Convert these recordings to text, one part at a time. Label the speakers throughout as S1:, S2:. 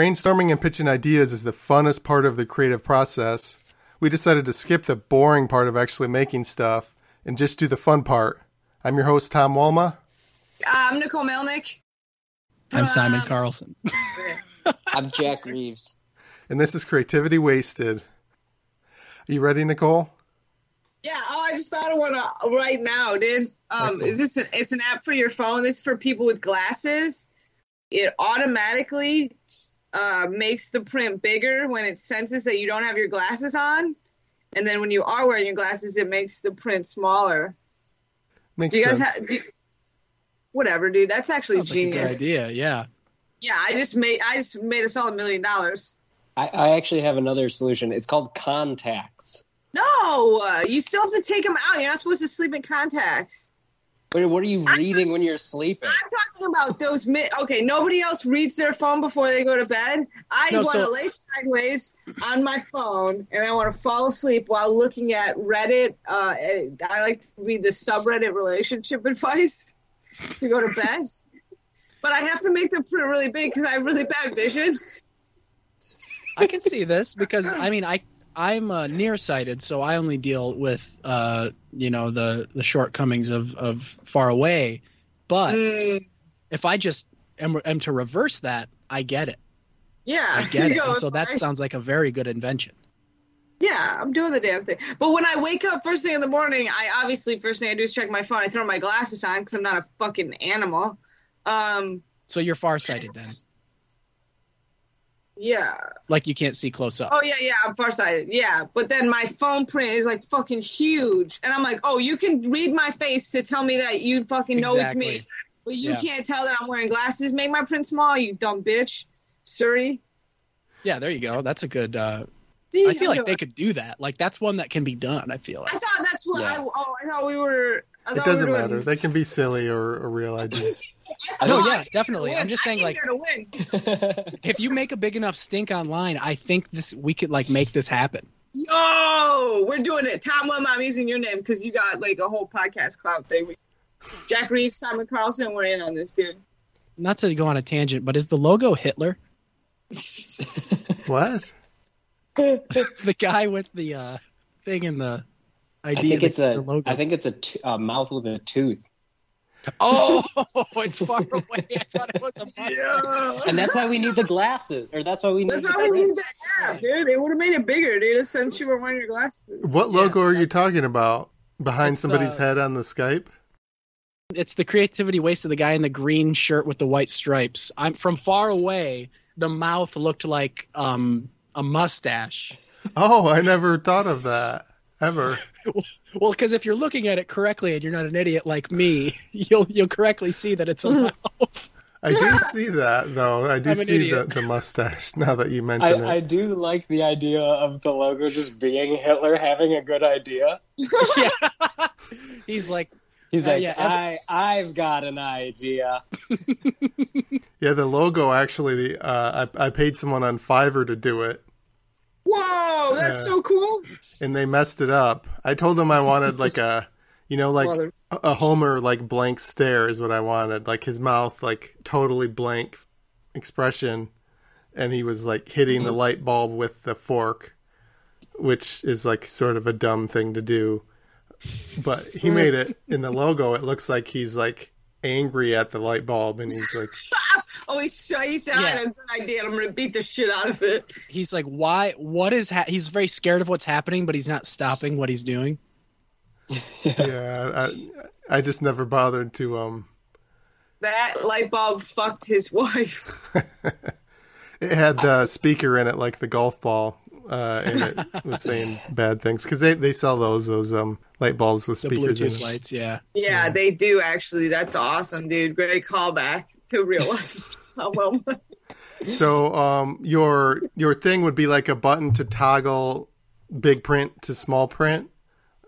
S1: Brainstorming and pitching ideas is the funnest part of the creative process. We decided to skip the boring part of actually making stuff and just do the fun part. I'm your host, Tom Walma.
S2: I'm Nicole Melnick.
S3: I'm Simon
S2: Um,
S3: Carlson.
S4: I'm Jack Reeves.
S1: And this is Creativity Wasted. Are you ready, Nicole?
S2: Yeah. Oh, I just thought of one uh, right now, dude. Um,
S1: Excellent.
S2: is this? An, it's an app for your phone. This is for people with glasses. It automatically uh, makes the print bigger when it senses that you don't have your glasses on, and then when you are wearing your glasses, it makes the print smaller.
S1: Makes
S2: Do you guys
S1: sense.
S2: have? Whatever, dude. That's actually
S3: Sounds like a good
S2: genius.
S3: idea, yeah.
S2: yeah, I just made. I just made us all a million dollars.
S4: I, I actually have another solution. It's called contacts.
S2: No, uh, you still have to take them out. You're not supposed to sleep in contacts.
S4: Wait, what are you reading when you're sleeping?
S2: I'm talking about those mid. Okay, nobody else reads their phone before they go to bed. I
S3: No,
S2: want to
S3: so-
S2: lay sideways on my phone and I want to fall asleep while looking at Reddit. Uh, I like to read the subreddit relationship advice to go to bed, but I have to make the print really big because I have really bad vision.
S3: I can see this because I mean I I'm uh, nearsighted, so I only deal with uh, you know the the shortcomings of of far away. But
S2: Mm,
S3: if I just am, am to reverse that, I get it.
S2: yeah,
S3: I get
S2: you
S3: it.
S2: go
S3: And so that
S2: advice.
S3: sounds like a very good invention.
S2: Yeah, I'm doing the damn thing. But when I wake up first thing in the morning, I obviously first thing I do is check my phone. I throw my glasses on because I'm not a fucking animal. Um,
S3: So you're farsighted then,
S2: yeah.
S3: like you can't see close up.
S2: Oh yeah, yeah. I'm farsighted. Yeah, but then my phone print is like fucking huge, and I'm like, oh, you can read my face to tell me that you fucking know it's me,
S3: Exactly.
S2: but you
S3: Yeah.
S2: can't tell that I'm wearing glasses. Make my print small, you dumb bitch. Sorry.
S3: Yeah, there you go. That's a good. Uh,
S2: Dude,
S3: I feel
S2: I'm
S3: like they
S2: doing-
S3: could do that. Like that's one that can be done. I feel
S2: I
S3: like.
S2: thought that's what I.
S4: Yeah.
S2: Oh, I thought we were. I
S1: It
S2: thought we were
S1: doesn't
S2: doing-
S1: matter. They can be silly or a real idea.
S2: I
S3: No,
S2: thought
S3: yeah,
S2: I came
S3: definitely.
S2: here to
S3: I'm just
S2: win. I
S3: saying,
S2: came
S3: like,
S2: here to win.
S3: if you make a big enough stink online, I think this we could like make this happen.
S2: Yo, we're doing it. Tom Wilma, I'm using your name because you got like a whole podcast clout thing. We- Jack Reeves, Simon Carlson, we're in on this, dude.
S3: Not to go on a tangent, but is the logo Hitler?
S1: what?
S3: the guy with the uh, thing in the idea.
S4: I think
S3: the,
S4: it's a.
S3: logo.
S4: I think it's a, t- a mouth with a tooth,
S3: oh, it's far away. I thought it was a mustache.
S4: and that's why we need the glasses, or that's why we need.
S2: That's
S4: the
S2: why we need that
S4: glasses.
S2: app, dude. It would have made it bigger, dude, since you were wearing your glasses.
S1: What logo are you
S3: that's-
S1: talking about? Behind
S3: It's,
S1: somebody's
S3: uh,
S1: head on the Skype?
S3: It's the creativity waste of the guy in the green shirt with the white stripes. I'm from far away. The mouth looked like um, a mustache.
S1: Oh, I never thought of that ever.
S3: Well, because if you're looking at it correctly and you're not an idiot like me, you'll you'll correctly see that it's a
S4: Mm-hmm.
S3: mouth.
S1: I do see that though. I do
S3: I'm an
S1: see the,
S3: idiot.
S1: the mustache now that you
S4: I,
S1: mention it.
S4: I do like the idea of the logo just being Hitler having a good idea.
S3: He's like,
S4: He's
S3: Uh,
S4: like,
S3: yeah, every-
S4: I, I've got an idea.
S1: Yeah, the logo actually. Uh, I, I paid someone on Fiverr to do it,
S2: Whoa, that's
S1: Yeah.
S2: so cool.
S1: and they messed it up. I told them I wanted like a, you know, like
S2: Mother-
S1: a a Homer like blank stare is what I wanted, like his mouth like totally blank expression, and he was like hitting the light bulb with the fork, which is like sort of a dumb thing to do, but he made it in the logo. It looks like he's like angry at the light bulb, and he's like.
S2: oh, he, said- he said, I had a good idea, and I'm going to beat the shit out of it.
S3: he's like, why? What is? Ha-? He's very scared of what's happening, but he's not stopping what he's doing.
S1: yeah, I, I just never bothered to. Um,
S2: That light bulb fucked his wife.
S1: it had uh, speaker in it, like the golf ball, uh, and it was saying bad things because they, they sell those those um light bulbs with
S3: The
S1: speakers in
S3: Bluetooth
S1: it.
S3: lights, yeah.
S2: Yeah, they do, actually. That's awesome, dude. Great callback to real life. Oh, well,
S1: So um, your your thing would be like a button to toggle big print to small print,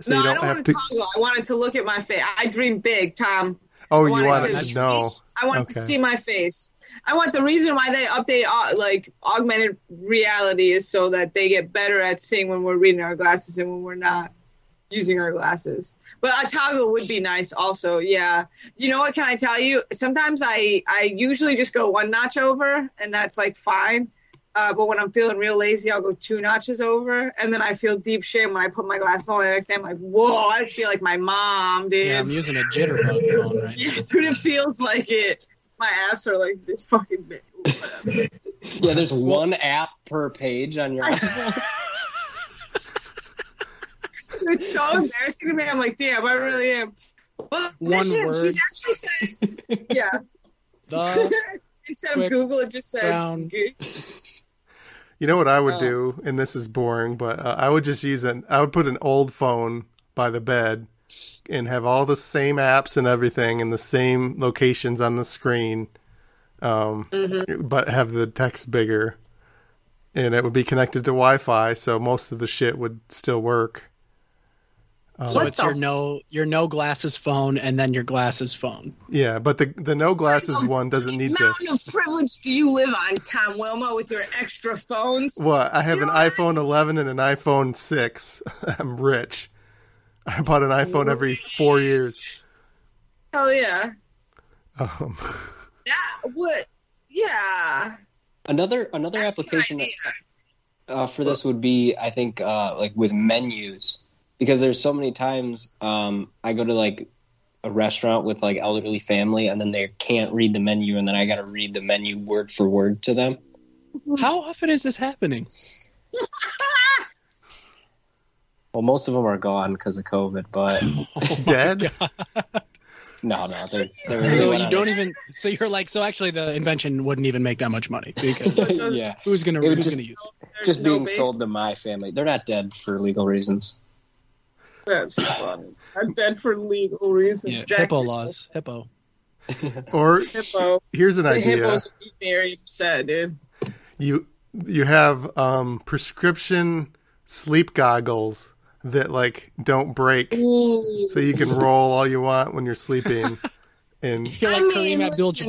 S1: so
S2: no,
S1: you
S2: I
S1: don't,
S2: don't
S1: have
S2: want
S1: to.
S2: to toggle. I wanted to look at my face. I dream big, Tom.
S1: oh,
S2: I
S1: you
S2: wanted
S1: want
S2: to-
S1: it to know?
S2: I want to
S1: Okay.
S2: see my face. I want the reason why they update uh, like augmented reality is so that they get better at seeing when we're reading our glasses and when we're not. using our glasses. But a toggle would be nice also, yeah. You know what can I tell you? Sometimes I I usually just go one notch over and that's like fine. Uh, but when I'm feeling real lazy, I'll go two notches over, and then I feel deep shame when I put my glasses on. The next day, I'm like, "Whoa, I feel like my mom, dude."
S3: Yeah, I'm using a jitterbug phone right now.
S2: Yes, when it feels like it. My apps are like this fucking big.
S4: Yeah, there's one app per page on your iPhone.
S2: It's so embarrassing to me. I'm like, damn, I really am. Well,
S3: One
S2: shit,
S3: word.
S2: she's actually saying, yeah.
S3: The
S2: Instead of
S3: quick
S2: Google, it just says,
S3: brown.
S2: Goo-
S1: You know what I would
S4: Oh.
S1: do, and this is boring, but uh, I would just use an. I would put an old phone by the bed, and have all the same apps and everything, and the same locations on the screen, um, but have the text bigger, and it would be connected to Wi-Fi, so most of the shit would still work. Uh,
S3: so
S2: What
S3: it's
S2: the-
S3: your no your no glasses phone and then your glasses phone.
S1: Yeah, but the the no glasses one doesn't need
S2: What
S1: this.
S2: amount of privilege do you live on, Tom Wilma, with your extra phones?
S1: What? I have an iPhone 11 and an iPhone 6. I'm rich. I bought an iPhone every four years.
S2: Hell yeah.
S1: Um,
S3: Oh
S2: That would, yeah.
S4: Another another
S2: That's a good
S4: application that
S2: idea.
S4: uh, for this would be I think uh, like with menus because there's so many times um, I go to like a restaurant with like elderly family and then they can't read the menu and then I got to read the menu word for word to them.
S3: How often is this happening?
S4: Well, most of them are gone because of COVID, but
S2: Oh
S1: dead?
S4: no, no, they're, they're
S3: So
S4: whatever.
S3: you don't even so you're like so actually the invention wouldn't even make that much money because
S4: yeah,
S3: who's gonna
S4: It would
S3: who's
S4: just-
S3: gonna use it?
S2: There's
S4: just
S2: no
S4: being
S2: base-
S4: sold to my family. They're not dead for legal reasons.
S2: That's funny. I'm dead for legal reasons.
S3: Yeah,
S2: Jack,
S3: hippo
S2: you're so
S3: laws. Hippo.
S1: Or
S2: Hippo.
S1: here's an
S2: The
S1: idea.
S2: hippos would be very upset, dude.
S1: You you have um, prescription sleep goggles that like don't break,
S2: Ooh.
S1: so you can roll all you want when you're sleeping. And
S3: You're like
S2: I mean,
S3: Kareem
S2: listen,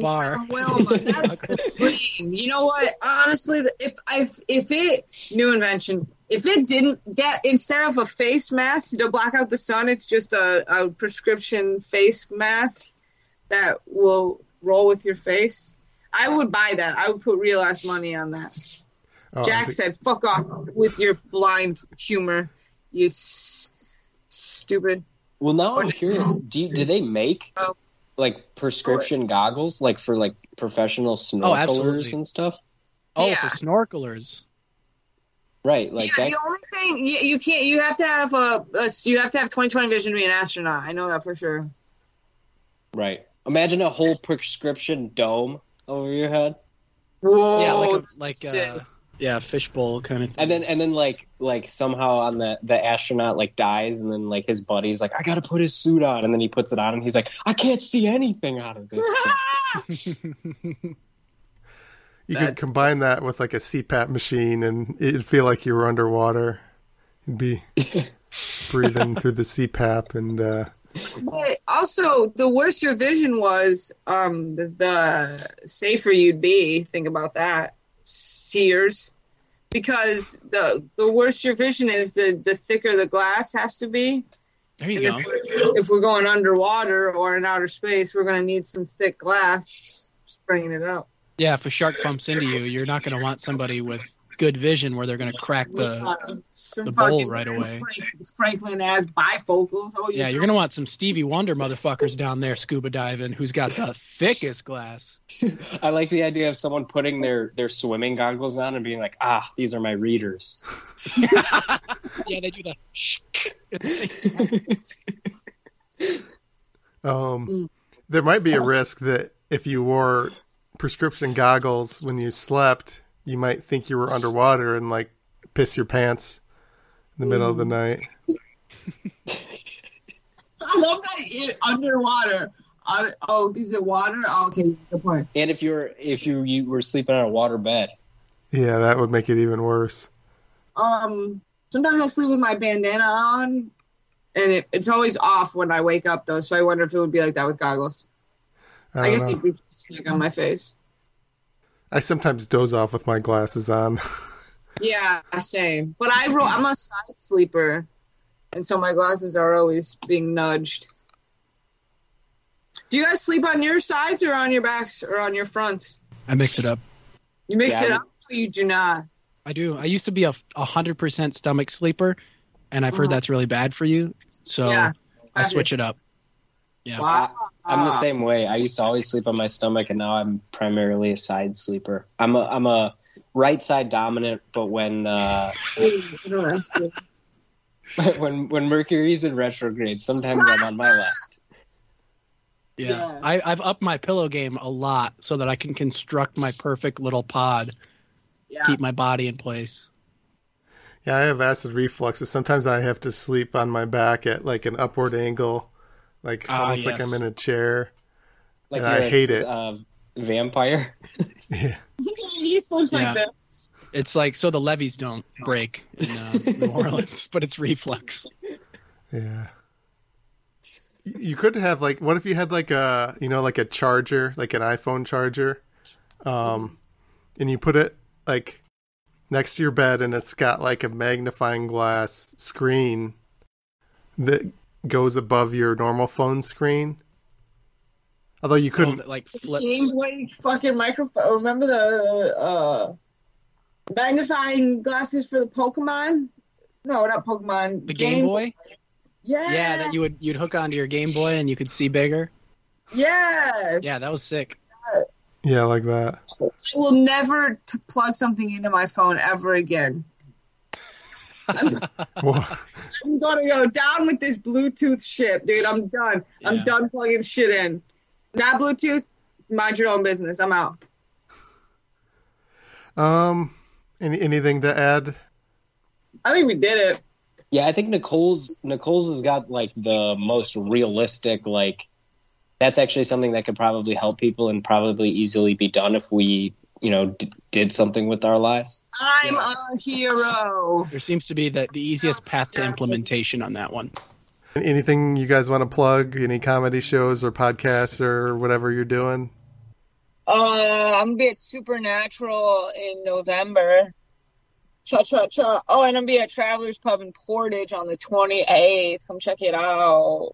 S3: Abdul-Jabbar.
S2: Tom Wilma, that's the dream. You know what? Honestly, the- if I if it new invention, if it didn't that instead of a face mask to block out the sun, it's just a, a prescription face mask that will roll with your face. I would buy that. I would put real ass money on that.
S1: oh,
S2: Jack said, "Fuck off with your blind humor, you s- stupid."
S4: Well, now I'm curious. Do you, do they make
S2: Oh.
S4: like prescription goggles, like for like professional snorkelers
S3: absolutely.
S4: and stuff?
S3: Oh,
S2: Yeah.
S3: for snorkelers.
S4: Right, like
S2: yeah,
S4: that.
S2: the only thing you, you can't you have to have a, a you have to have 2020 vision to be an astronaut. I know that for sure.
S4: Right. Imagine a whole prescription dome over your head,
S2: Whoa,
S3: yeah, like a, like
S2: shit.
S3: uh, yeah, fishbowl kind of thing.
S4: and then and then like like somehow on the the astronaut like dies, and then like his buddy's like, I gotta put his suit on, and then he puts it on, and he's like, I can't see anything out of this. thing."
S1: you could
S2: That's-
S1: combine that with like a CPAP machine, and it'd feel like you were underwater. You'd be breathing through the CPAP, and uh,
S2: But also, the worse your vision was, um, the safer you'd be. Think about that, Sears, because the the worse your vision is, the the thicker the glass has to be.
S3: there you
S2: And
S3: go.
S2: if, we're, if we're going underwater or in outer space, we're going to need some thick glass. Just bringing it up.
S3: Yeah, if a shark bumps into you, you're not going to want somebody with good vision where they're going to crack the.
S2: Yeah, uh, some
S3: the bowl
S2: fucking
S3: right away.
S2: Frank- Franklin ass bifocals. Oh,
S3: Yeah, you're going to want some Stevie Wonder motherfuckers down there scuba diving who's got the thickest glass.
S4: I like the idea of someone putting their their swimming goggles on and being like, Ah, these are my readers.
S3: Yeah, they do the. Shh.
S1: Um,
S2: Mm.
S1: There might be a risk that if you wore prescription goggles when you slept, you might think you were underwater and like piss your pants in the middle of the
S2: Mm.
S1: night.
S2: I love that it, underwater. Uh, oh, is it water? Oh, okay, good point.
S4: And if you're if you you were sleeping on a water bed,
S1: Yeah, that would make it even worse.
S2: Um, sometimes I sleep with my bandana on, and it, it's always off when I wake up though. So I wonder if it would be like that with goggles.
S1: I,
S2: I,
S1: don't
S2: guess
S1: know.
S2: it'd be snake on my face.
S1: I sometimes doze off with my glasses on.
S2: Yeah, same. But I ro- I'm a side sleeper, and so my glasses are always being nudged. Do you guys sleep on your sides or on your backs or on your fronts?
S3: I mix it up.
S2: You mix
S4: Yeah,
S2: it
S4: I
S2: up. Or you do not.
S3: I do. I used to be a hundred percent stomach sleeper, and I've heard
S2: Mhm.
S3: that's really bad for you. So
S2: Yeah.
S3: I switch it up. Yeah.
S2: Wow.
S4: I'm
S2: Ah.
S4: the same way. I used to always sleep on my stomach, and now I'm primarily a side sleeper. I'm a I'm a right side dominant, but when uh,
S2: Interesting.
S4: when when Mercury's in retrograde, sometimes I'm on my left.
S3: Yeah.
S2: Yeah.
S3: I, I've upped my pillow game a lot so that I can construct my perfect little pod,
S2: Yeah.
S3: keep my body in place.
S1: Yeah, I have acid reflux. So sometimes I have to sleep on my back at like an upward angle, like
S3: Ah,
S1: almost like
S3: yes.
S1: I'm in a chair.
S4: Like
S1: And I
S4: you're a,
S1: hate it.
S4: Uh, vampire.
S1: Yeah.
S2: he sleeps
S3: Yeah.
S2: like this.
S3: It's like so the levees don't break in uh, New Orleans, but it's reflux. Oh,
S1: Yeah. Y- You could have like what if you had like a you know like a charger, like an iPhone charger. Um and you put it like next to your bed and it's got like a magnifying glass screen that goes above your normal phone screen. Although you
S3: Oh,
S1: couldn't
S3: that like
S2: Game
S3: flips.
S2: Boy fucking microphone. Remember the uh, magnifying glasses for the Pokemon? No, not Pokemon.
S3: The Game Boy?
S2: Yeah.
S3: Yeah, that you would you'd hook onto your Game Boy and you could see bigger.
S2: Yes.
S3: Yeah, that was sick.
S1: yeah, like that.
S2: I will never t- plug something into my phone ever again.
S1: Whoa.
S2: I'm gonna go down with this Bluetooth shit, dude. I'm done.
S3: Yeah.
S2: I'm done plugging shit in. Not Bluetooth. Mind your own business. I'm out.
S1: Um any, anything to add?
S2: I think we did it.
S4: Yeah, I think Nicole's Nicole's has got like the most realistic like that's actually something that could probably help people and probably easily be done if we, you know, d- did something with our lives.
S2: I'm a hero.
S3: There seems to be the, the easiest path to implementation on that one.
S1: Anything you guys want to plug? Any comedy shows or podcasts or whatever you're doing?
S2: Uh, I'm gonna be at Supernatural in November. Cha cha cha. Oh, and I'm gonna be at Travelers Pub in Portage on the 28th. Come check it out.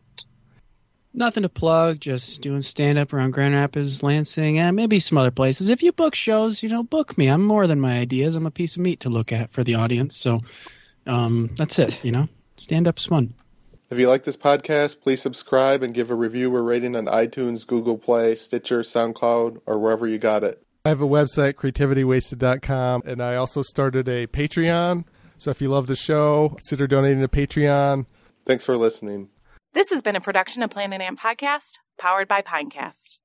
S3: Nothing to plug, just doing stand up around Grand Rapids, Lansing, and maybe some other places. If you book shows, you know, book me. I'm more than my ideas. I'm a piece of meat to look at for the audience. So um, that's it, you know. Stand up's fun.
S1: If you like this podcast, please subscribe and give a review or rating on iTunes, Google Play, Stitcher, SoundCloud, or wherever you got it. I have a website, creativitywasted.com, and I also started a Patreon. So if you love the show, consider donating to Patreon. Thanks for listening.
S5: This has been a production of Planet Amp Podcast, powered by Pinecast.